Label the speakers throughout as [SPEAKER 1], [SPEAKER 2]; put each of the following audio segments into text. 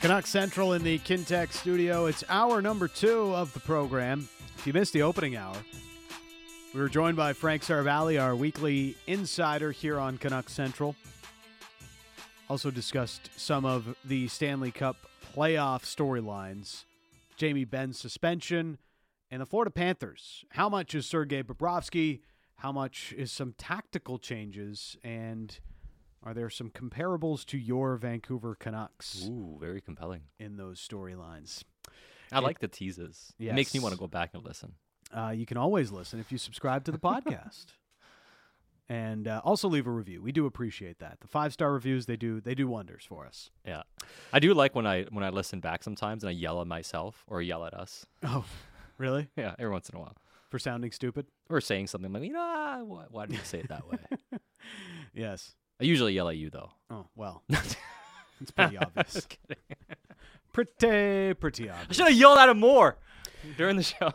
[SPEAKER 1] Canuck Central in the Kintech studio. It's hour number two of the program. If you missed the opening hour, we were joined by Frank Sarvalli, our weekly insider here on Canuck Central. Also discussed some of the Stanley Cup playoff storylines, Jamie Ben's suspension, and the Florida Panthers. How much is Sergei Bobrovsky? How much is some tactical changes? And are there some comparables to your Vancouver Canucks?
[SPEAKER 2] Ooh, very compelling.
[SPEAKER 1] in those storylines.
[SPEAKER 2] I like the teases. It makes me
[SPEAKER 1] Yes.
[SPEAKER 2] want to go back and listen.
[SPEAKER 1] Uh, you can always listen if you subscribe to the podcast, and uh, also leave a review. We do appreciate that. The five star reviews they do they do wonders for us.
[SPEAKER 2] Yeah, I do like when I when I listen back sometimes and I yell at myself or yell at us.
[SPEAKER 1] Oh, really?
[SPEAKER 2] Yeah, every once in a while,
[SPEAKER 1] For sounding stupid?
[SPEAKER 2] or saying something like, you know, ah, why, why did you say it that way?
[SPEAKER 1] Yes.
[SPEAKER 2] I usually yell at you though.
[SPEAKER 1] Oh well, it's pretty obvious. pretty pretty
[SPEAKER 2] I
[SPEAKER 1] obvious.
[SPEAKER 2] should have yelled at him more during the show.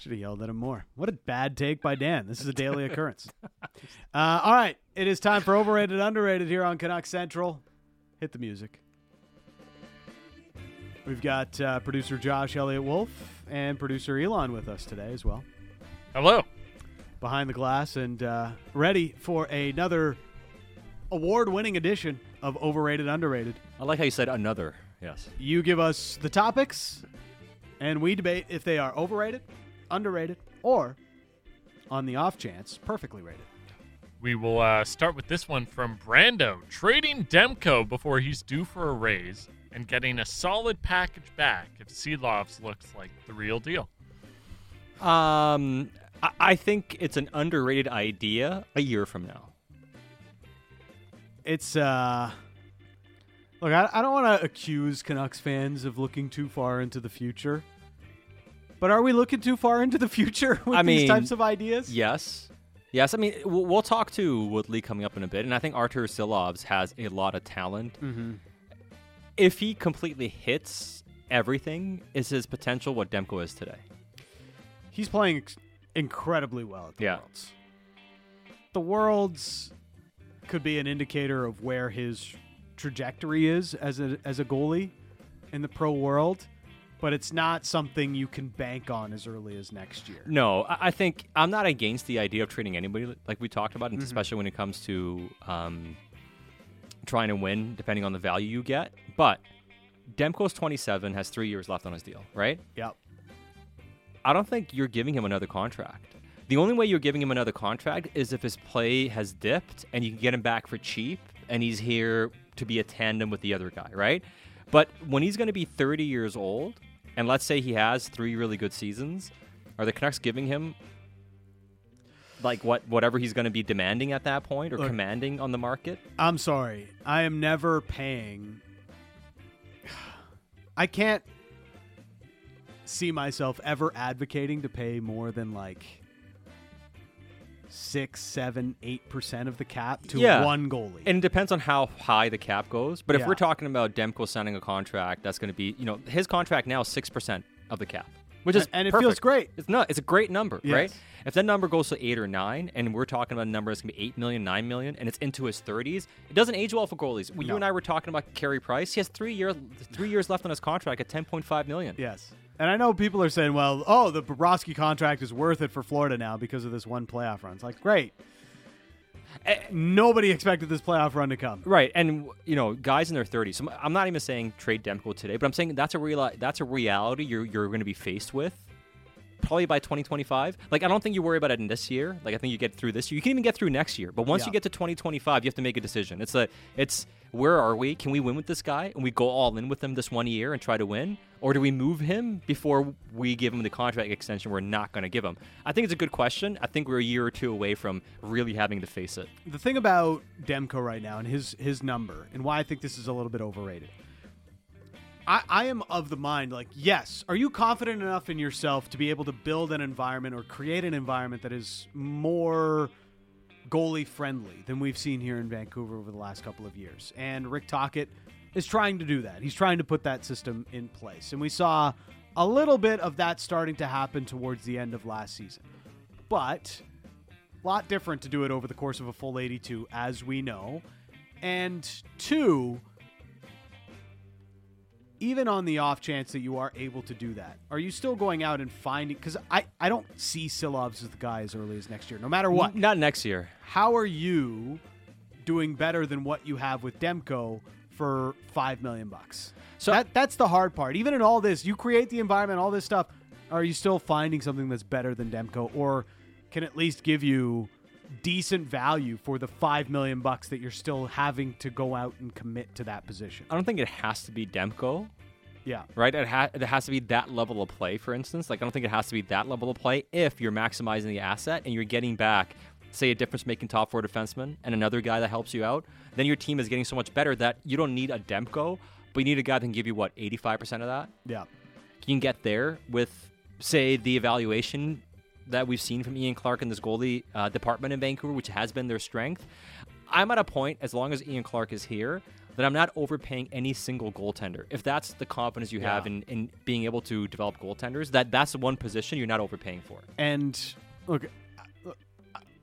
[SPEAKER 1] Should have yelled at him more. What a bad take by Dan. This is a daily occurrence. Uh, all right, it is time for overrated, underrated here on Canuck Central. Hit the music. We've got uh, producer Josh Elliott Wolf and producer Elon with us today as well,
[SPEAKER 3] Hello.
[SPEAKER 1] behind the glass and uh, ready for another award-winning edition of Overrated, Underrated.
[SPEAKER 2] I like how you said another. Yes.
[SPEAKER 1] You give us the topics, and we debate if they are overrated, underrated, or, on the off chance, perfectly rated.
[SPEAKER 3] We will uh, start with this one from Brando trading Demko before he's due for a raise and getting a solid package back if Seelovs looks like the real deal.
[SPEAKER 2] Um, I, I think it's an underrated idea a year from now.
[SPEAKER 1] It's uh look, I, I don't want to accuse Canucks fans of looking too far into the future, but are we looking too far into the future with
[SPEAKER 2] I
[SPEAKER 1] these
[SPEAKER 2] mean,
[SPEAKER 1] types of ideas?
[SPEAKER 2] Yes. Yes, I mean, w- we'll talk to Woodley coming up in a bit, and I think Artur Silovs has a lot of talent. If he completely hits everything, is his potential what Demko is today?
[SPEAKER 1] He's playing ex- incredibly well at the
[SPEAKER 2] Yeah.
[SPEAKER 1] Worlds. The Worlds could be an indicator of where his trajectory is as a as a goalie in the pro world, but it's not something you can bank on as early as next year.
[SPEAKER 2] No, I I think I'm not against the idea of trading anybody, li- like we talked about, and especially when it comes to um, trying to win, depending on the value you get. But Demko's 27, has three years left on his deal, right?
[SPEAKER 1] Yep.
[SPEAKER 2] I don't think you're giving him another contract. The only way you're giving him another contract is if his play has dipped and you can get him back for cheap and he's here to be a tandem with the other guy, right? But when he's going to be 30 years old, and let's say he has three really good seasons, are the Canucks giving him like what whatever he's going to be demanding at that point or
[SPEAKER 1] Look.
[SPEAKER 2] commanding on the market?
[SPEAKER 1] I'm sorry. I am never paying. I can't see myself ever advocating to pay more than like six, seven, eight percent of the cap to
[SPEAKER 2] Yeah.
[SPEAKER 1] one goalie.
[SPEAKER 2] And it depends on how high the cap goes. But if
[SPEAKER 1] Yeah.
[SPEAKER 2] we're talking about Demko signing a contract, that's going to be, you know, his contract now is 6% of the cap, which is
[SPEAKER 1] A- and it
[SPEAKER 2] perfect.
[SPEAKER 1] feels great.
[SPEAKER 2] It's not, it's a great number,
[SPEAKER 1] Yes.
[SPEAKER 2] right? If that number goes to eight or nine, and we're talking about a number that's going to be 8 million, 9 million, and it's into his 30s, it doesn't age well for goalies. When
[SPEAKER 1] No.
[SPEAKER 2] You and I were talking about Carey Price. He has three, year, three years left on his contract at 10.5 million.
[SPEAKER 1] yes. And I know people are saying, well, oh, the Bobrovsky contract is worth it for Florida now because of this one playoff run. It's like, great.
[SPEAKER 2] Eh.
[SPEAKER 1] Nobody expected this playoff run to come.
[SPEAKER 2] Right, and you know, guys in their 30s. So I'm not even saying trade Demko today, but I'm saying that's a real that's a reality you're you're going to be faced with probably by 2025. Like I don't think you worry about it in this year. Like I think you get through this year. You can even get through next year. But once
[SPEAKER 1] Yeah.
[SPEAKER 2] you get to 2025, you have to make a decision. It's a it's where are we? Can we win with this guy? And we go all in with him this one year and try to win, or do we move him before we give him the contract extension we're not going to give him? I think it's a good question. I think we're a year or two away from really having to face it.
[SPEAKER 1] the thing about Demko right now and his his number and why I think this is a little bit overrated. I, I am of the mind like yes are you confident enough in yourself to be able to build an environment or create an environment that is more goalie friendly than we've seen here in Vancouver over the last couple of years and Rick Tockett is trying to do that he's trying to put that system in place and we saw a little bit of that starting to happen towards the end of last season but lot different to do it over the course of a full 82, as we know. And two, even on the off chance that you are able to do that, are you still going out and finding? Because I, I don't see Silovs as the guy as early as next year, no matter what.
[SPEAKER 2] N- Not next year.
[SPEAKER 1] How are you doing better than what you have with Demko for five million bucks? So
[SPEAKER 2] So-
[SPEAKER 1] that that's the hard part. Even in all this, you create the environment, all this stuff. Are you still finding something that's better than Demko, or can at least give you decent value for the five million bucks that you're still having to go out and commit to that position?
[SPEAKER 2] I don't think it has to be Demko,
[SPEAKER 1] Yeah.
[SPEAKER 2] right? It, ha- it has to be that level of play, for instance. Like, I don't think it has to be that level of play if you're maximizing the asset and you're getting back, say, a difference making top four defenseman and another guy that helps you out. Then your team is getting so much better that you don't need a Demko, but you need a guy that can give you, what, 85% of that?
[SPEAKER 1] Yeah.
[SPEAKER 2] you can get there with, say, the evaluation that we've seen from Ian Clark in this goalie uh, department in Vancouver, which has been their strength. I'm at a point, as long as Ian Clark is here, that I'm not overpaying any single goaltender. If that's the confidence you have
[SPEAKER 1] Yeah.
[SPEAKER 2] in, in being able to develop goaltenders, that that's the one position you're not overpaying for.
[SPEAKER 1] And look,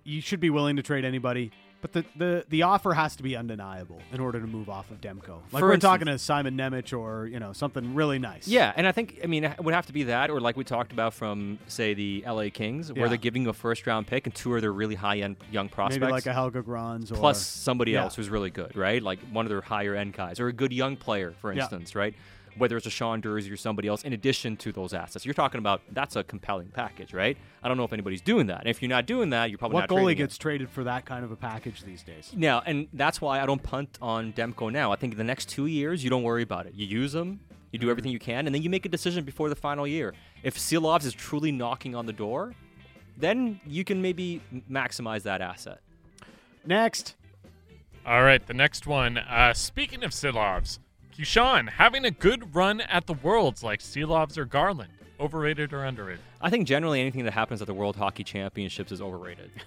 [SPEAKER 1] you should be willing to trade anybody, but the, the, the offer has to be undeniable in order to move off of Demko. Like
[SPEAKER 2] For
[SPEAKER 1] we're
[SPEAKER 2] instance-
[SPEAKER 1] talking to Simon Nemich or you know something really nice.
[SPEAKER 2] Yeah, and I think I mean it would have to be that, or like we talked about from say the LA Kings, where
[SPEAKER 1] Yeah.
[SPEAKER 2] they're giving you a first round pick and two of their really high end young prospects.
[SPEAKER 1] maybe like a Helga Grans or
[SPEAKER 2] plus somebody
[SPEAKER 1] Yeah.
[SPEAKER 2] else who's really good, right? Like one of their higher end guys or a good young player, for
[SPEAKER 1] Yeah.
[SPEAKER 2] instance, right? Whether it's a Sean Dursey or somebody else, in addition to those assets, you're talking about that's a compelling package, right? I don't know if anybody's doing that. And if you're not doing that, you're probably
[SPEAKER 1] what
[SPEAKER 2] not
[SPEAKER 1] goalie
[SPEAKER 2] trading
[SPEAKER 1] gets
[SPEAKER 2] it.
[SPEAKER 1] traded for that kind of a package these days?
[SPEAKER 2] now, and that's why I don't punt on Demko now. I think the next two years, you don't worry about it. You use them, you
[SPEAKER 1] Mm-hmm.
[SPEAKER 2] do everything you can, and then you make a decision before the final year. If Silovs is truly knocking on the door, then you can maybe maximize that asset.
[SPEAKER 1] Next,
[SPEAKER 3] All right, the next one. Uh, speaking of Silovs, Keyshawn having a good run at the Worlds like Silovs or Garland. Overrated or underrated?
[SPEAKER 2] I think generally anything that happens at the World Hockey Championships is overrated.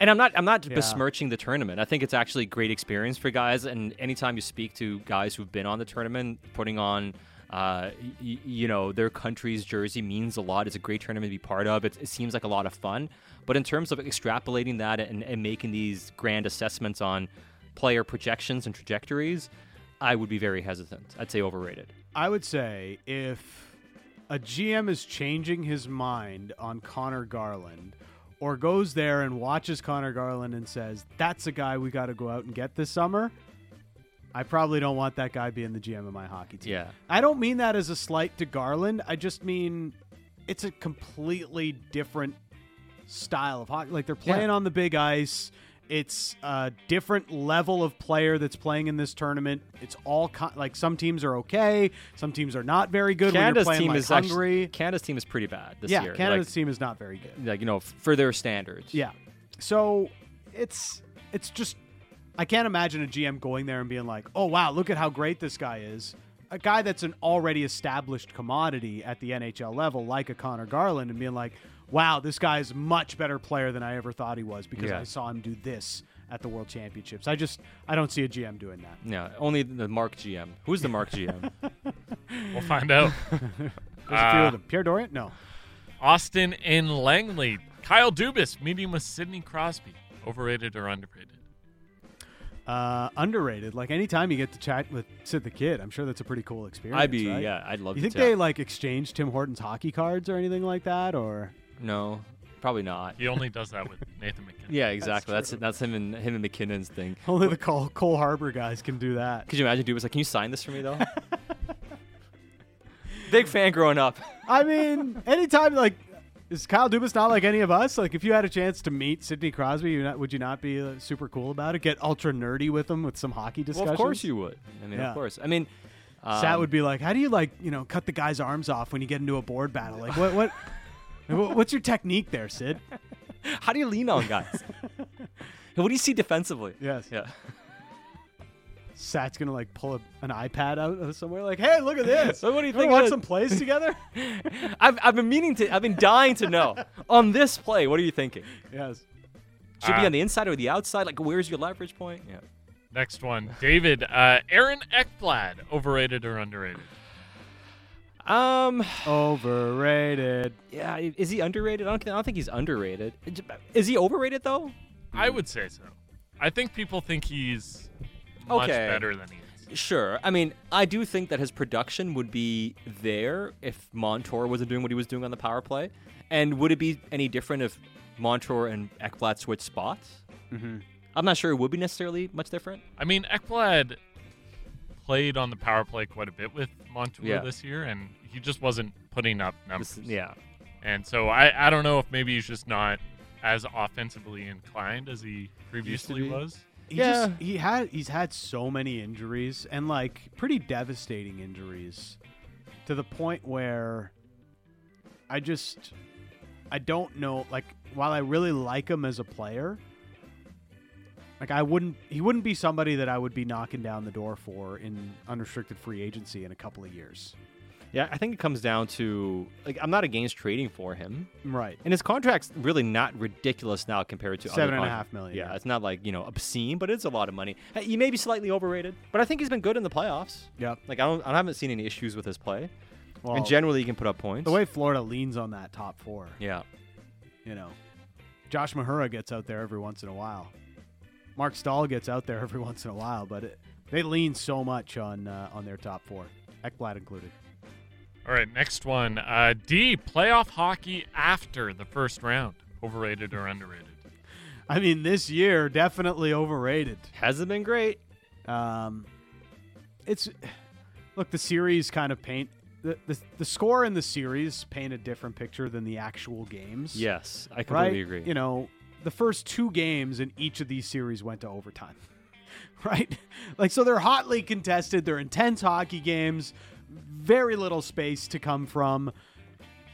[SPEAKER 2] And I'm not I'm not besmirching the tournament. I think it's actually a great experience for guys. And anytime you speak to guys who've been on the tournament, putting on, uh, y- you know, their country's jersey means a lot. It's a great tournament to be part of. It, it seems like a lot of fun. But in terms of extrapolating that and, and making these grand assessments on player projections and trajectories, I would be very hesitant. I'd say overrated.
[SPEAKER 1] I would say if a GM is changing his mind on Connor Garland or goes there and watches Connor Garland and says, that's a guy we got to go out and get this summer, I probably don't want that guy being the GM of my hockey team.
[SPEAKER 2] Yeah.
[SPEAKER 1] I don't mean that as a slight to Garland. I just mean it's a completely different style of hockey. Like they're playing on the big ice. It's a different level of player that's playing in this tournament. It's all ki- like some teams are okay, some teams are not very good.
[SPEAKER 2] Canada's
[SPEAKER 1] when you're playing
[SPEAKER 2] team
[SPEAKER 1] like
[SPEAKER 2] is
[SPEAKER 1] Hungary.
[SPEAKER 2] actually Canada's team is pretty bad this
[SPEAKER 1] yeah,
[SPEAKER 2] year. Like,
[SPEAKER 1] Canada's team is not very good.
[SPEAKER 2] like you know f- for their standards.
[SPEAKER 1] Yeah. So it's it's just I can't imagine a GM going there and being like, "Oh wow, look at how great this guy is." A guy that's an already established commodity at the NHL level like a Connor Garland and being like, "Wow, this guy is much better player than I ever thought he was because
[SPEAKER 2] Yeah.
[SPEAKER 1] I saw him do this at the World Championships." I just I don't see a GM doing that.
[SPEAKER 2] Yeah, only the Mark GM. Who's the Mark GM?
[SPEAKER 3] We'll find out.
[SPEAKER 1] There's
[SPEAKER 2] Ah.
[SPEAKER 1] a few of them. Pierre Dorian? No.
[SPEAKER 3] Austin and Langley. Kyle Dubas meeting with Sidney Crosby. Overrated or underrated?
[SPEAKER 1] Uh, underrated. Like anytime you get to chat with Sid the Kid, I'm sure that's a pretty cool experience.
[SPEAKER 2] I'd be
[SPEAKER 1] right?
[SPEAKER 2] yeah, I'd love
[SPEAKER 1] You
[SPEAKER 2] to
[SPEAKER 1] think
[SPEAKER 2] tell.
[SPEAKER 1] they like exchanged Tim Hortons hockey cards or anything like that, or
[SPEAKER 2] no, probably not.
[SPEAKER 3] He only does that with Nathan McKinnon.
[SPEAKER 2] Yeah, exactly. That's
[SPEAKER 1] true.
[SPEAKER 2] that's, him and him and McKinnon's thing.
[SPEAKER 1] only the Cole, Cole Harbor guys can do that?
[SPEAKER 2] Could you imagine? Dude was like, "Can you sign this for me, though?" Big fan growing up.
[SPEAKER 1] I mean, anytime like is Kyle Dubas not like any of us? Like, if you had a chance to meet Sidney Crosby, you not, would you not be uh, super cool about it? Get ultra nerdy with him with some hockey
[SPEAKER 2] Well,
[SPEAKER 1] discussion.
[SPEAKER 2] of course you would. I mean,
[SPEAKER 1] Yeah.
[SPEAKER 2] of course. I mean, um,
[SPEAKER 1] Sat would be like, how do you like you know cut the guy's arms off when you get into a board battle? Like, what what? wha- What's your technique there, Sid?
[SPEAKER 2] How do you lean on guys? what do you see defensively?
[SPEAKER 1] Yes.
[SPEAKER 2] Yeah.
[SPEAKER 1] Sat's gonna like pull a, an iPad out of somewhere. Like, hey, look at this.
[SPEAKER 2] So what do you
[SPEAKER 1] Wanna
[SPEAKER 2] think
[SPEAKER 1] Watch
[SPEAKER 2] of-
[SPEAKER 1] some plays together.
[SPEAKER 2] I've, I've been meaning to. I've been dying to know on this play. What are you thinking?
[SPEAKER 1] yes.
[SPEAKER 2] Should it be
[SPEAKER 3] Uh,
[SPEAKER 2] on the inside or the outside? Like, where's your leverage point? Yeah.
[SPEAKER 3] Next one. David, uh, Aaron Ekblad. Overrated or underrated?
[SPEAKER 2] Um.
[SPEAKER 1] Overrated.
[SPEAKER 2] Yeah. i- Is he underrated? I don't. thi- I don't think he's underrated. It j- Is he overrated though?
[SPEAKER 3] I would say so. I think people think he's much
[SPEAKER 2] Okay.
[SPEAKER 3] better than he is.
[SPEAKER 2] Sure. I mean, I do think that his production would be there if Montour wasn't doing what he was doing on the power play. And would it be any different if Montour and Ekblad switched spots? Mm-hmm. I'm not sure it would be necessarily much different.
[SPEAKER 3] I mean, Ekblad played on the power play quite a bit with Montour
[SPEAKER 2] Yeah.
[SPEAKER 3] this year, and he just wasn't putting up numbers.
[SPEAKER 2] This- Um, yeah.
[SPEAKER 3] And so I, I don't know if maybe he's just not as offensively inclined as he previously
[SPEAKER 2] be.
[SPEAKER 3] was.
[SPEAKER 1] He
[SPEAKER 2] Yeah.
[SPEAKER 1] just he had he's had so many injuries and like pretty devastating injuries to the point where I just I don't know like while I really like him as a player like I wouldn't he wouldn't be somebody that I would be knocking down the door for in unrestricted free agency in a couple of years.
[SPEAKER 2] Yeah, I think it comes down to like I'm not against trading for him.
[SPEAKER 1] Right.
[SPEAKER 2] And his contract's really not ridiculous now compared to
[SPEAKER 1] Seven
[SPEAKER 2] other
[SPEAKER 1] and a
[SPEAKER 2] con-
[SPEAKER 1] half million,
[SPEAKER 2] Yeah,
[SPEAKER 1] yeah.
[SPEAKER 2] it's not like you know obscene, but it's a lot of money. Hey, He may be slightly overrated, but I think he's been good in the playoffs.
[SPEAKER 1] Yep.
[SPEAKER 2] Like I don't, I haven't seen any issues with his play,
[SPEAKER 1] Well,
[SPEAKER 2] and generally he can put up points.
[SPEAKER 1] the way Florida leans on that top 4,
[SPEAKER 2] yeah,
[SPEAKER 1] you know. Josh Mahura gets out there every once in a while. Mark Stahl gets out there every once in a while, but it, they lean so much on uh, on their top four, Ekblad included.
[SPEAKER 3] All right, next one. Uh, D, playoff hockey after the first round. Overrated or underrated?
[SPEAKER 1] I mean, this year definitely overrated.
[SPEAKER 2] hasn't been great.
[SPEAKER 1] Um, it's look the series kind of paint the, the the score in the series paint a different picture than the actual games.
[SPEAKER 2] Yes, I
[SPEAKER 1] right?
[SPEAKER 2] completely agree.
[SPEAKER 1] You know, the first two games in each of these series went to overtime, right? Like, so they're hotly contested. They're intense hockey games, very little space to come from,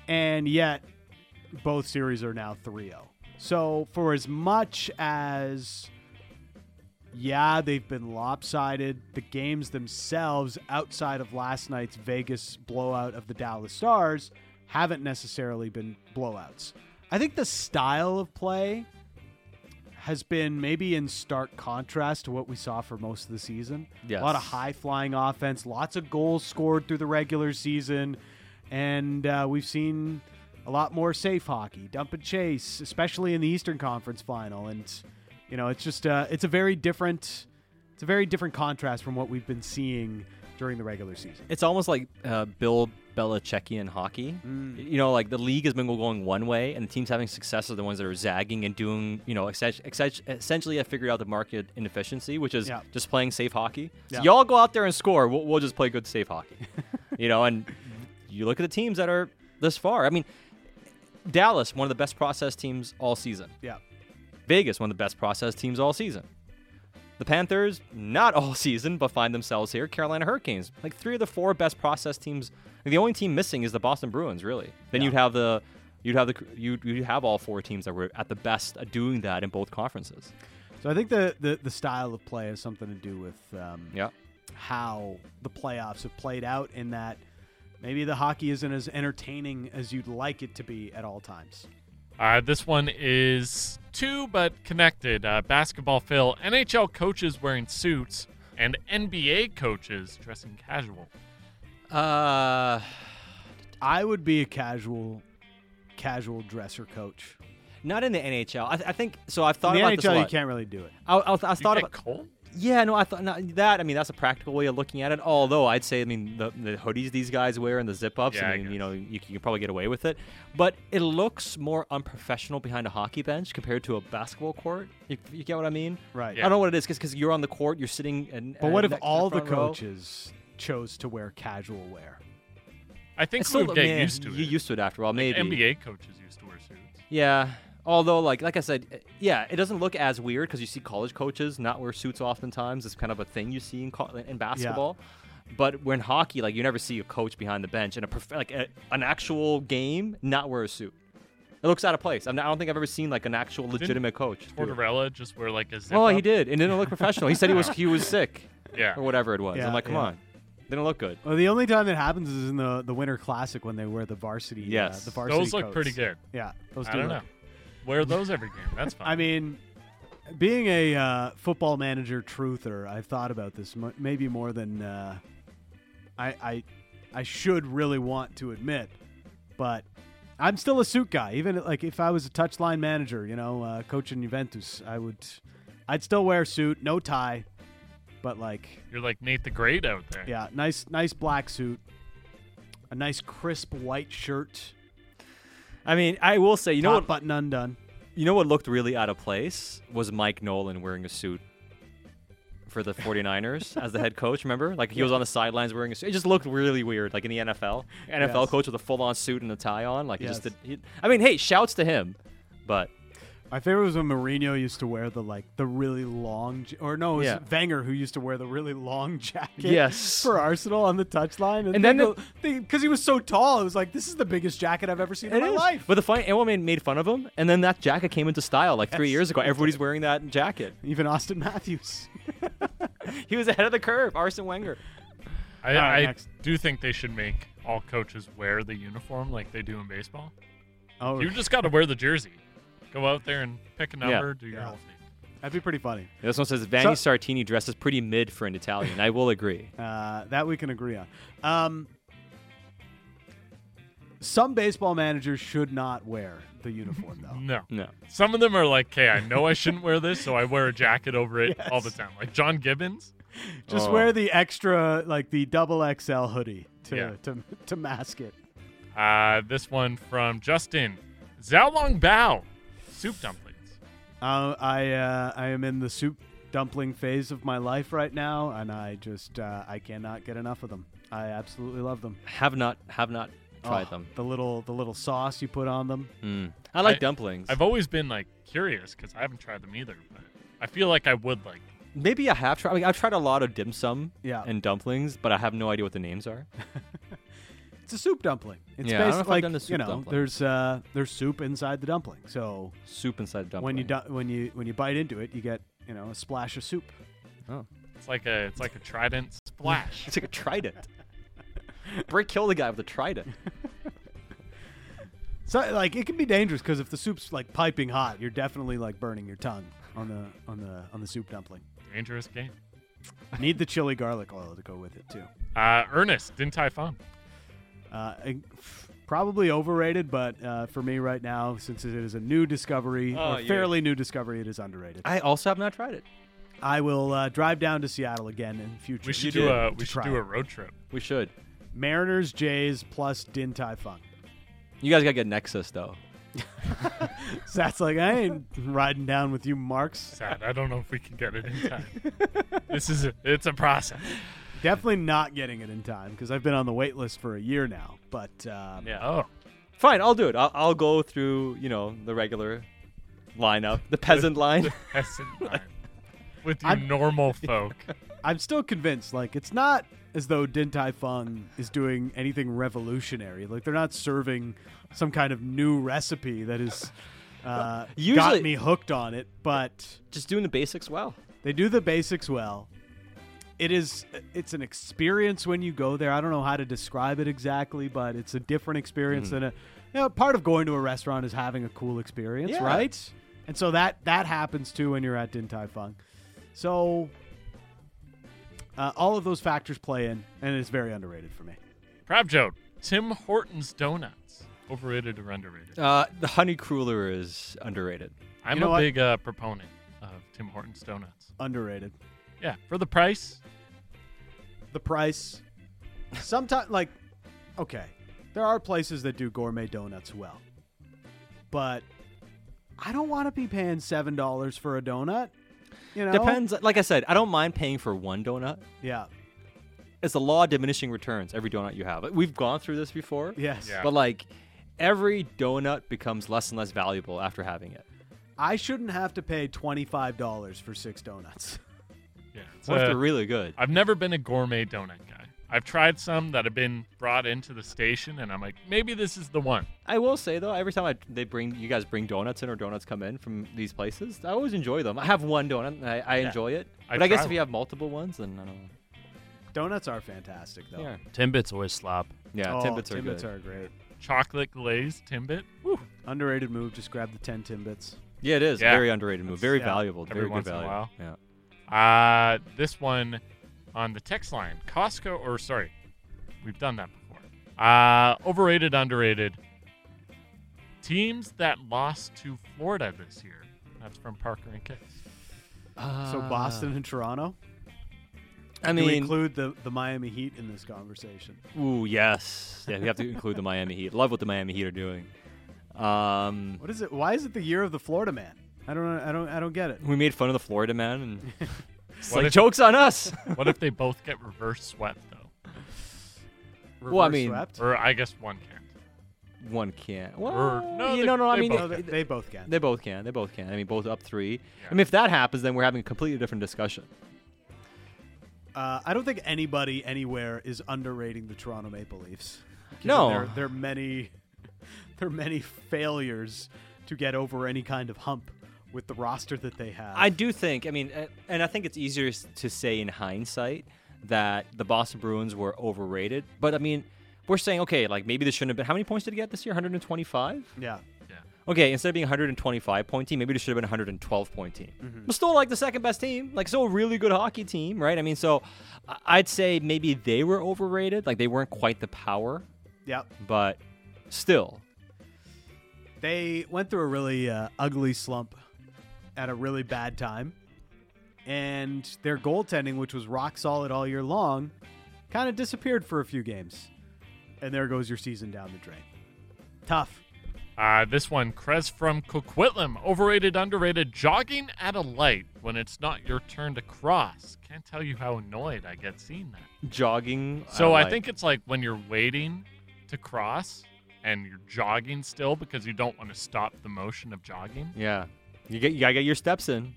[SPEAKER 1] and yet both series are now 3 0. So, for as much as, yeah, they've been lopsided, the games themselves, outside of last night's Vegas blowout of the Dallas Stars, haven't necessarily been blowouts. I think the style of play has been maybe in stark contrast to what we saw for most of the season.
[SPEAKER 2] Yes.
[SPEAKER 1] A lot of high flying offense, lots of goals scored through the regular season, and uh, we've seen a lot more safe hockey, dump and chase, especially in the Eastern Conference Final. And you know, it's just uh, it's a very different, it's a very different contrast from what we've been seeing during the regular season.
[SPEAKER 2] It's almost like uh, Bill Belichickian hockey.
[SPEAKER 1] Mm.
[SPEAKER 2] You know, like the league has been going one way, and the teams having success are the ones that are zagging and doing, you know, essen- essen- essentially have figured out the market inefficiency, which is
[SPEAKER 1] Yeah.
[SPEAKER 2] just playing safe hockey. So
[SPEAKER 1] Yeah.
[SPEAKER 2] y'all go out there and score. We'll, we'll just play good safe hockey. you know, and you look at the teams that are this far. I mean, Dallas, one of the best process teams all season.
[SPEAKER 1] Yeah,
[SPEAKER 2] Vegas, one of the best process teams all season. The Panthers, not all season, but find themselves here. Carolina Hurricanes, like three of the four best process teams. like, the only team missing is the Boston Bruins, really. Then you'd have the, you'd have the, you you have all four teams that were at the best at doing that in both conferences.
[SPEAKER 1] so I think the the, the style of play has something to do with um,
[SPEAKER 2] Yeah,
[SPEAKER 1] how the playoffs have played out in that maybe the hockey isn't as entertaining as you'd like it to be at all times.
[SPEAKER 3] Uh, this one is two but connected. Uh, basketball Phil, NHL coaches wearing suits and NBA coaches dressing casual.
[SPEAKER 2] uh,
[SPEAKER 1] I would be a casual casual dresser coach.
[SPEAKER 2] not in the NHL. I, th- I think so. I've
[SPEAKER 1] In
[SPEAKER 2] thought
[SPEAKER 1] the
[SPEAKER 2] about this a
[SPEAKER 1] NHL, you
[SPEAKER 2] lot.
[SPEAKER 1] can't really do it.
[SPEAKER 2] I, I, I
[SPEAKER 3] You
[SPEAKER 2] thought
[SPEAKER 3] get
[SPEAKER 2] about
[SPEAKER 3] cold?
[SPEAKER 2] Yeah, no, I thought not that. I mean, that's a practical way of looking at it. Although I'd say, I mean, the, the hoodies these guys wear and the zip ups,
[SPEAKER 3] Yeah, I
[SPEAKER 2] I mean,
[SPEAKER 3] guess.
[SPEAKER 2] you know, you, can- you can probably get away with it. But it looks more unprofessional behind a hockey bench compared to a basketball court. You, you get what I mean?
[SPEAKER 1] Right.
[SPEAKER 2] I don't know what it is because you're on the court, you're sitting. And,
[SPEAKER 1] But what
[SPEAKER 2] and
[SPEAKER 1] if
[SPEAKER 2] next to
[SPEAKER 1] all the
[SPEAKER 2] front row.
[SPEAKER 1] coaches chose to wear casual wear?
[SPEAKER 3] I think
[SPEAKER 2] It's
[SPEAKER 3] we
[SPEAKER 2] still,
[SPEAKER 3] would get
[SPEAKER 2] man,
[SPEAKER 3] used to it.
[SPEAKER 2] You used to it after a while, maybe.
[SPEAKER 3] NBA coaches used to wear suits.
[SPEAKER 2] Yeah. Although, like, like I said, eh, yeah, it doesn't look as weird because you see college coaches not wear suits oftentimes. It's kind of a thing you see in co- in basketball. But when hockey, like, you never see a coach behind the bench in a prof- like a, an actual game not wear a suit. It looks out of place. I'm not, I don't think I've ever seen like an actual legitimate coach. do it.
[SPEAKER 3] Tortorella just wear like a zip
[SPEAKER 2] Oh,
[SPEAKER 3] up.
[SPEAKER 2] he did. It didn't look professional. He said he was he was sick
[SPEAKER 3] Yeah.
[SPEAKER 2] or whatever it was.
[SPEAKER 1] Yeah,
[SPEAKER 2] I'm like, come
[SPEAKER 1] yeah.
[SPEAKER 2] on, didn't look good.
[SPEAKER 1] Well, the only time that happens is in the the Winter Classic when they wear the varsity. uh,
[SPEAKER 2] Yes.
[SPEAKER 1] the
[SPEAKER 2] Those
[SPEAKER 1] varsity.
[SPEAKER 3] Those look
[SPEAKER 1] coats.
[SPEAKER 3] pretty good.
[SPEAKER 1] Yeah, those do.
[SPEAKER 3] I don't know.
[SPEAKER 1] look-
[SPEAKER 3] Wear those every game. That's fine.
[SPEAKER 1] I mean, being a uh, football manager truther, I've thought about this m- maybe more than uh, I, I I should really want to admit, but I'm still a suit guy. Even like if I was a touchline manager, you know, uh, coaching Juventus, I would I'd still wear a suit, no tie, but like,
[SPEAKER 3] You're like Nate the Great out there.
[SPEAKER 1] yeah, nice, nice black suit, a nice crisp white shirt,
[SPEAKER 2] I mean, I will say, you know
[SPEAKER 1] top
[SPEAKER 2] what?
[SPEAKER 1] button undone.
[SPEAKER 2] You know what looked really out of place was Mike Nolan wearing a suit for the 49ers as the head coach, remember? Like he was on the sidelines wearing a suit. It just looked really weird like in the NFL. NFL
[SPEAKER 1] Yes.
[SPEAKER 2] coach with a full-on suit and a tie on, like it just
[SPEAKER 1] Yes.
[SPEAKER 2] did, he, I mean, hey, shouts to him. But
[SPEAKER 1] My favorite was when Mourinho used to wear the like the really long, j- or no, it was
[SPEAKER 2] Yeah.
[SPEAKER 1] Wenger who used to wear the really long jacket.
[SPEAKER 2] Yes.
[SPEAKER 1] for Arsenal on the touchline, and,
[SPEAKER 2] And
[SPEAKER 1] then
[SPEAKER 2] then
[SPEAKER 1] because he was so tall, it was like this is the biggest jacket I've ever seen in
[SPEAKER 2] it
[SPEAKER 1] my
[SPEAKER 2] is.
[SPEAKER 1] life.
[SPEAKER 2] But the funny everyone made, made fun of him and then that jacket came into style like 3
[SPEAKER 1] Yes,
[SPEAKER 2] years ago.
[SPEAKER 1] it did.
[SPEAKER 2] Everybody's wearing that jacket.
[SPEAKER 1] Even Austin Matthews.
[SPEAKER 2] He was ahead of the curve, Arsene Wenger.
[SPEAKER 3] I,
[SPEAKER 1] All right,
[SPEAKER 3] I
[SPEAKER 1] next.
[SPEAKER 3] do think they should make all coaches wear the uniform like they do in baseball.
[SPEAKER 1] Oh,
[SPEAKER 3] You just got to wear the jersey. Go out there and pick a
[SPEAKER 2] Yeah.
[SPEAKER 3] number, do your
[SPEAKER 1] Yeah.
[SPEAKER 3] whole thing.
[SPEAKER 1] that'd be pretty funny.
[SPEAKER 2] This one says Vanni Sartini dresses pretty mid for an Italian. I will agree.
[SPEAKER 1] Uh, that we can agree on. Um, some baseball managers should not wear the uniform, though.
[SPEAKER 3] No.
[SPEAKER 2] No.
[SPEAKER 3] Some of them are like, okay, I know I shouldn't wear this, so I wear a jacket over it all the
[SPEAKER 1] Yes.
[SPEAKER 3] time. Like John Gibbons.
[SPEAKER 1] Just
[SPEAKER 2] Oh.
[SPEAKER 1] wear the extra, like the double XL hoodie to
[SPEAKER 3] Yeah.
[SPEAKER 1] to, to mask it.
[SPEAKER 3] Uh, this one from Justin. Zhaolong Bao. Soup dumplings.
[SPEAKER 1] Uh, I uh, I am in the soup dumpling phase of my life right now, and I just uh, I cannot get enough of them. I absolutely love them.
[SPEAKER 2] Have not have not tried
[SPEAKER 1] Oh,
[SPEAKER 2] them.
[SPEAKER 1] The little the little sauce you put on them.
[SPEAKER 2] Mm. I like
[SPEAKER 3] I-
[SPEAKER 2] dumplings.
[SPEAKER 3] I've always been like curious because I haven't tried them either, but I feel like I would like.
[SPEAKER 2] Maybe I have tried. I mean, I've tried a lot of dim sum
[SPEAKER 1] Yeah.
[SPEAKER 2] and dumplings, but I have no idea what the names are.
[SPEAKER 1] It's a soup dumpling. It's
[SPEAKER 2] Yeah, I don't know
[SPEAKER 1] basically
[SPEAKER 2] if I've
[SPEAKER 1] like
[SPEAKER 2] done the
[SPEAKER 1] you
[SPEAKER 2] soup
[SPEAKER 1] know,
[SPEAKER 2] dumpling.
[SPEAKER 1] there's uh, there's soup inside the dumpling. So
[SPEAKER 2] Soup inside a dumpling.
[SPEAKER 1] when you du- when you when you bite into it, you get you know a splash of soup.
[SPEAKER 2] oh.
[SPEAKER 3] It's like a it's like a trident splash.
[SPEAKER 2] it's like a trident. Brick killed the guy with a trident.
[SPEAKER 1] So like it can be dangerous because if the soup's like piping hot, you're definitely like burning your tongue on the on the on the soup dumpling.
[SPEAKER 3] Dangerous game.
[SPEAKER 1] Need the chili garlic oil to go with it too.
[SPEAKER 3] Uh, Ernest Din Tai Fung.
[SPEAKER 1] Uh, I- probably overrated, but uh, for me right now, since it is a new discovery,
[SPEAKER 2] Oh,
[SPEAKER 1] or
[SPEAKER 2] yeah.
[SPEAKER 1] fairly new discovery, it is underrated.
[SPEAKER 2] I also have not tried it.
[SPEAKER 1] I will uh, drive down to Seattle again in future.
[SPEAKER 3] We should
[SPEAKER 2] did
[SPEAKER 3] do a
[SPEAKER 1] to
[SPEAKER 3] we should
[SPEAKER 1] try
[SPEAKER 3] do
[SPEAKER 1] it.
[SPEAKER 3] a road trip.
[SPEAKER 2] We should.
[SPEAKER 1] Mariners, Jays, plus Din Tai Fung.
[SPEAKER 2] You guys gotta get Nexus though.
[SPEAKER 1] Sat's like, I ain't riding down with you, Marks.
[SPEAKER 3] Sad. I don't know if we can get it in time. this is a, it's a process.
[SPEAKER 1] Definitely not getting it in time because I've been on the wait list for a year now. But um,
[SPEAKER 2] Yeah.
[SPEAKER 3] Oh,
[SPEAKER 2] Fine, I'll do it. I'll, I'll go through you know the regular lineup, the peasant line.
[SPEAKER 3] that's in time. With you
[SPEAKER 1] I'm-
[SPEAKER 3] normal folk.
[SPEAKER 1] I'm still convinced. Like, it's not as though Din Tai Fung is doing anything revolutionary. Like, they're not serving some kind of new recipe that has uh,
[SPEAKER 2] usually-
[SPEAKER 1] got me hooked on it. But
[SPEAKER 2] Just doing the basics well.
[SPEAKER 1] They do the basics well. It is it's an experience when you go there. I don't know how to describe it exactly, but it's a different experience than a you know, part of going to a restaurant is having a cool experience,
[SPEAKER 2] Yeah.
[SPEAKER 1] right? And so that that happens too when you're at Din Tai Fung. So uh, all of those factors play in, and it's very underrated for me.
[SPEAKER 3] Crab joke. Tim Hortons donuts. Overrated or underrated?
[SPEAKER 2] Uh, the honey cruller is underrated.
[SPEAKER 3] I'm
[SPEAKER 1] you know
[SPEAKER 3] a
[SPEAKER 1] what?
[SPEAKER 3] big uh, proponent of Tim Hortons donuts.
[SPEAKER 1] Underrated.
[SPEAKER 3] Yeah, for the price.
[SPEAKER 1] the price. Sometimes, like, okay, there are places that do gourmet donuts well, but I don't want to be paying seven dollars for a donut. You know,
[SPEAKER 2] Depends. Like I said, I don't mind paying for one donut.
[SPEAKER 1] Yeah.
[SPEAKER 2] It's the law of diminishing returns. Every donut you have, we've gone through this before.
[SPEAKER 1] Yes.
[SPEAKER 3] Yeah.
[SPEAKER 2] But like every donut becomes less and less valuable after having it.
[SPEAKER 1] I shouldn't have to pay twenty five dollars for six donuts.
[SPEAKER 3] Yeah, it's
[SPEAKER 2] What if
[SPEAKER 3] a-
[SPEAKER 2] they're really good?
[SPEAKER 3] I've never been a gourmet donut guy. I've tried some that have been brought into the station, and I'm like, maybe this is the one.
[SPEAKER 2] I will say though, every time I, they bring you guys bring donuts in or donuts come in from these places, I always enjoy them. I have one donut and I, I enjoy it.
[SPEAKER 3] I
[SPEAKER 2] But I, guess
[SPEAKER 3] try
[SPEAKER 2] if you have multiple ones, then I don't know.
[SPEAKER 1] Donuts are fantastic, though.
[SPEAKER 2] Yeah,
[SPEAKER 4] Timbits always slap.
[SPEAKER 2] yeah
[SPEAKER 1] Oh,
[SPEAKER 2] timbits are
[SPEAKER 1] Timbits
[SPEAKER 2] good.
[SPEAKER 1] are great.
[SPEAKER 3] Chocolate glazed Timbit. Woo.
[SPEAKER 1] Underrated move. Just grab the ten timbits.
[SPEAKER 2] Yeah, it is
[SPEAKER 3] Yeah.
[SPEAKER 2] very underrated move, very
[SPEAKER 1] yeah,
[SPEAKER 2] valuable, very
[SPEAKER 3] every
[SPEAKER 2] good
[SPEAKER 3] once in a
[SPEAKER 2] value.
[SPEAKER 3] while.
[SPEAKER 2] Yeah.
[SPEAKER 3] Uh, this one on the text line Costco, or sorry, we've done that before. Uh, overrated, underrated. Teams that lost to Florida this year. That's from Parker and Kiss.
[SPEAKER 1] So
[SPEAKER 2] Ah.
[SPEAKER 1] Boston and Toronto.
[SPEAKER 2] I
[SPEAKER 1] Do we
[SPEAKER 2] mean,
[SPEAKER 1] include the, the Miami Heat in this conversation.
[SPEAKER 2] ooh, yes. Yeah, we have to include the Miami Heat. Love what the Miami Heat are doing. Um,
[SPEAKER 1] What is it? Why is it the year of the Florida man? I don't. I don't. I don't get it.
[SPEAKER 2] we made fun of the Florida man, and it's
[SPEAKER 3] What
[SPEAKER 2] like
[SPEAKER 3] if-
[SPEAKER 2] jokes on us.
[SPEAKER 3] What if they both get reverse swept though?
[SPEAKER 2] Well, I
[SPEAKER 1] Reverse
[SPEAKER 2] mean,
[SPEAKER 1] swept?
[SPEAKER 3] Or I guess one can't.
[SPEAKER 2] One can't. Well,
[SPEAKER 3] Or- no,
[SPEAKER 2] you
[SPEAKER 3] they-
[SPEAKER 2] know, no. I
[SPEAKER 3] they
[SPEAKER 2] mean,
[SPEAKER 1] No,
[SPEAKER 3] both
[SPEAKER 1] Oh, they, they both can.
[SPEAKER 2] They both can. They both can. I mean, both up three.
[SPEAKER 3] Yeah.
[SPEAKER 2] I mean, if that happens, then we're having a completely different discussion.
[SPEAKER 1] Uh, I don't think anybody anywhere is underrating the Toronto Maple Leafs. given
[SPEAKER 2] No.
[SPEAKER 1] their, their many, their many failures to get over any kind of hump with the roster that they have.
[SPEAKER 2] I do think. I mean, uh, and I think it's easier s- to say in hindsight that the Boston Bruins were overrated. But I mean, we're saying okay, like maybe this shouldn't have been. How many points did he get this year? 125.
[SPEAKER 1] yeah,
[SPEAKER 3] Yeah.
[SPEAKER 2] Okay, instead of being 125 point team, maybe it should have been 112 point team. But still, like the second best team, like still a really good hockey team, right? I mean, so I- I'd say maybe they were overrated. Like they weren't quite the power,
[SPEAKER 1] yeah.
[SPEAKER 2] but still,
[SPEAKER 1] They went through a really uh, ugly slump at a really bad time, and their goaltending, which was rock solid all year long, kind of disappeared for a few games, and there goes your season down the drain. Tough.
[SPEAKER 3] Uh, this one, Krez from Coquitlam. Overrated, underrated, jogging at a light when it's not your turn to cross. Can't tell you how annoyed I get seeing that.
[SPEAKER 2] jogging.
[SPEAKER 3] So
[SPEAKER 2] uh,
[SPEAKER 3] I
[SPEAKER 2] like-
[SPEAKER 3] think it's like when you're waiting to cross and you're jogging still because you don't want to stop the motion of jogging.
[SPEAKER 2] yeah, you get you gotta get your steps in.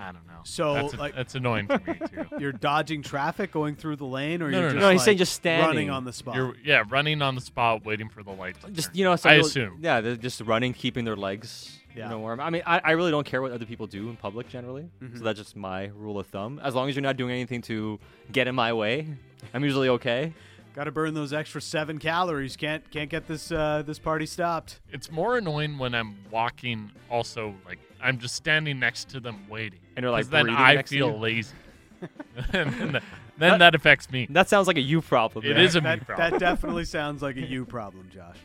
[SPEAKER 3] I don't know.
[SPEAKER 1] So,
[SPEAKER 3] that's,
[SPEAKER 1] like-
[SPEAKER 3] that's annoying to me too.
[SPEAKER 1] You're dodging traffic going through the lane, or
[SPEAKER 3] No,
[SPEAKER 1] you're
[SPEAKER 3] no,
[SPEAKER 1] just
[SPEAKER 3] no.
[SPEAKER 2] No, he's
[SPEAKER 1] like,
[SPEAKER 2] saying just standing.
[SPEAKER 1] running on the spot.
[SPEAKER 3] You're yeah running on the spot, waiting for the light. To
[SPEAKER 2] Just
[SPEAKER 3] turn.
[SPEAKER 2] you know, some
[SPEAKER 3] I
[SPEAKER 2] people-
[SPEAKER 3] assume.
[SPEAKER 2] Yeah, they're just running, keeping their legs
[SPEAKER 1] Yeah.
[SPEAKER 2] you know, warm. I mean, I, I really don't care what other people do in public generally. So that's just my rule of thumb. As long as you're not doing anything to get in my way, I'm usually okay.
[SPEAKER 1] Got to burn those extra seven calories. Can't can't get this uh, this party stopped.
[SPEAKER 3] It's more annoying when I'm walking. Also, like I'm just standing next to them waiting,
[SPEAKER 2] And they're, like,
[SPEAKER 3] 'Cause then
[SPEAKER 2] breathing
[SPEAKER 3] I
[SPEAKER 2] next to
[SPEAKER 3] feel
[SPEAKER 2] you?
[SPEAKER 3] lazy. and then, then that affects me.
[SPEAKER 2] That sounds like a you problem.
[SPEAKER 3] It
[SPEAKER 2] man.
[SPEAKER 3] is a me
[SPEAKER 1] That,
[SPEAKER 3] problem.
[SPEAKER 1] that definitely sounds like a you problem, Josh.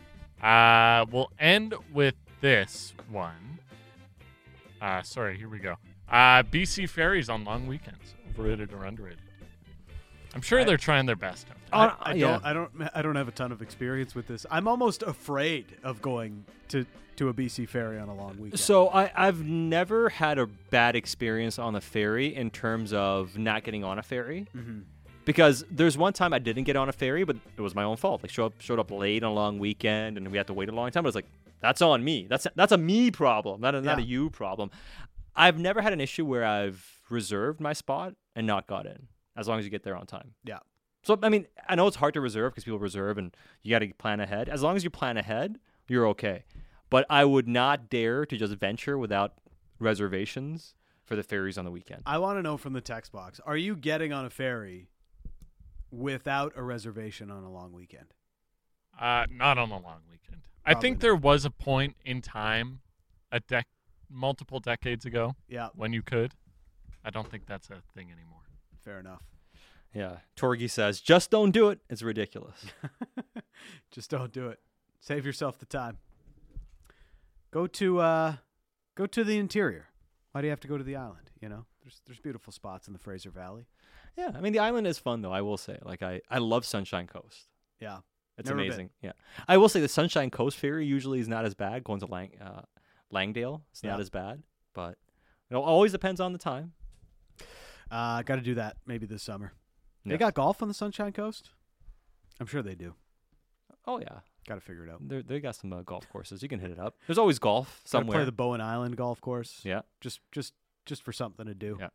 [SPEAKER 3] Uh, we'll end with this one. Uh, sorry, here we go. Uh, BC ferries on long weekends, overrated or underrated? I'm sure they're trying their best. out there.
[SPEAKER 2] Oh,
[SPEAKER 1] I, I
[SPEAKER 2] yeah.
[SPEAKER 1] don't I don't I don't have a ton of experience with this. I'm almost afraid of going to to a BC ferry on a long weekend.
[SPEAKER 2] So I, I've never had a bad experience on the ferry in terms of not getting on a ferry.
[SPEAKER 1] Mm-hmm.
[SPEAKER 2] Because there's one time I didn't get on a ferry, but it was my own fault. Like showed up, showed up late on a long weekend, and we had to wait a long time. But it's like that's on me. That's that's a me problem, not a, not a
[SPEAKER 1] Yeah.
[SPEAKER 2] you problem. I've never had an issue where I've reserved my spot and not got in, as long as you get there on time.
[SPEAKER 1] yeah,
[SPEAKER 2] So I mean, I know it's hard to reserve because people reserve and you got to plan ahead. As long as you plan ahead, you're okay. But I would not dare to just venture without reservations for the ferries on the weekend.
[SPEAKER 1] I want to know from the text box: Are you getting on a ferry without a reservation on a long weekend?
[SPEAKER 3] Uh, not on a long weekend. I
[SPEAKER 1] Probably
[SPEAKER 3] think
[SPEAKER 1] not.
[SPEAKER 3] there was a point in time, a dec- multiple decades ago,
[SPEAKER 1] Yeah,
[SPEAKER 3] when you could. I don't think that's a thing anymore.
[SPEAKER 1] fair enough.
[SPEAKER 2] Yeah, Torgi says just don't do it. It's ridiculous.
[SPEAKER 1] Just don't do it. Save yourself the time. Go to uh, go to the interior. Why do you have to go to the island? You know, there's there's beautiful spots in the Fraser Valley.
[SPEAKER 2] yeah, I mean the island is fun though. I will say, like I I love Sunshine Coast.
[SPEAKER 1] Yeah,
[SPEAKER 2] It's
[SPEAKER 1] Never been.
[SPEAKER 2] amazing. Yeah, I will say the Sunshine Coast ferry usually is not as bad going to Lang uh, Langdale. It's not
[SPEAKER 1] Yeah.
[SPEAKER 2] as bad, but it always depends on the time.
[SPEAKER 1] uh, got to do that maybe this summer. They
[SPEAKER 2] Yeah.
[SPEAKER 1] got golf on the Sunshine Coast. I'm sure they do.
[SPEAKER 2] Oh yeah,
[SPEAKER 1] Got to figure it out.
[SPEAKER 2] There, they got some uh, golf courses. You can hit it up. There's always golf
[SPEAKER 1] Gotta
[SPEAKER 2] somewhere.
[SPEAKER 1] play the Bowen Island golf course.
[SPEAKER 2] yeah,
[SPEAKER 1] Just just just for something to do.
[SPEAKER 2] Yeah.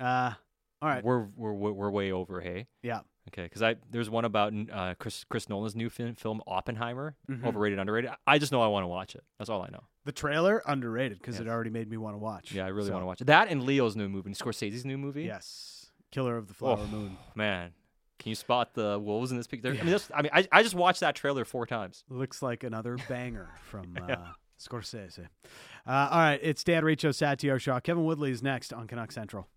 [SPEAKER 1] Uh, all right.
[SPEAKER 2] we're, we're we're we're way over. Hey,
[SPEAKER 1] Yeah.
[SPEAKER 2] okay, because I there's one about uh, Chris Chris Nolan's new fin- film Oppenheimer,
[SPEAKER 1] Mhm.
[SPEAKER 2] overrated, underrated. I- I just know I want to watch it. That's all I know.
[SPEAKER 1] The trailer underrated because it
[SPEAKER 2] Yes.
[SPEAKER 1] already made me want to watch.
[SPEAKER 2] Yeah, I really
[SPEAKER 1] So,
[SPEAKER 2] want to watch it. That and Leo's new movie, Scorsese's new movie.
[SPEAKER 1] Yes. Killer of the Flower
[SPEAKER 2] Oh.
[SPEAKER 1] Moon.
[SPEAKER 2] man, can you spot the wolves in this picture? I mean, that's, I mean, I, I just watched that trailer four times.
[SPEAKER 1] Looks like another banger from uh, Scorsese. Uh, all right, it's Dan Riccio, Satyar Shaw. Kevin Woodley is next on Canuck Central.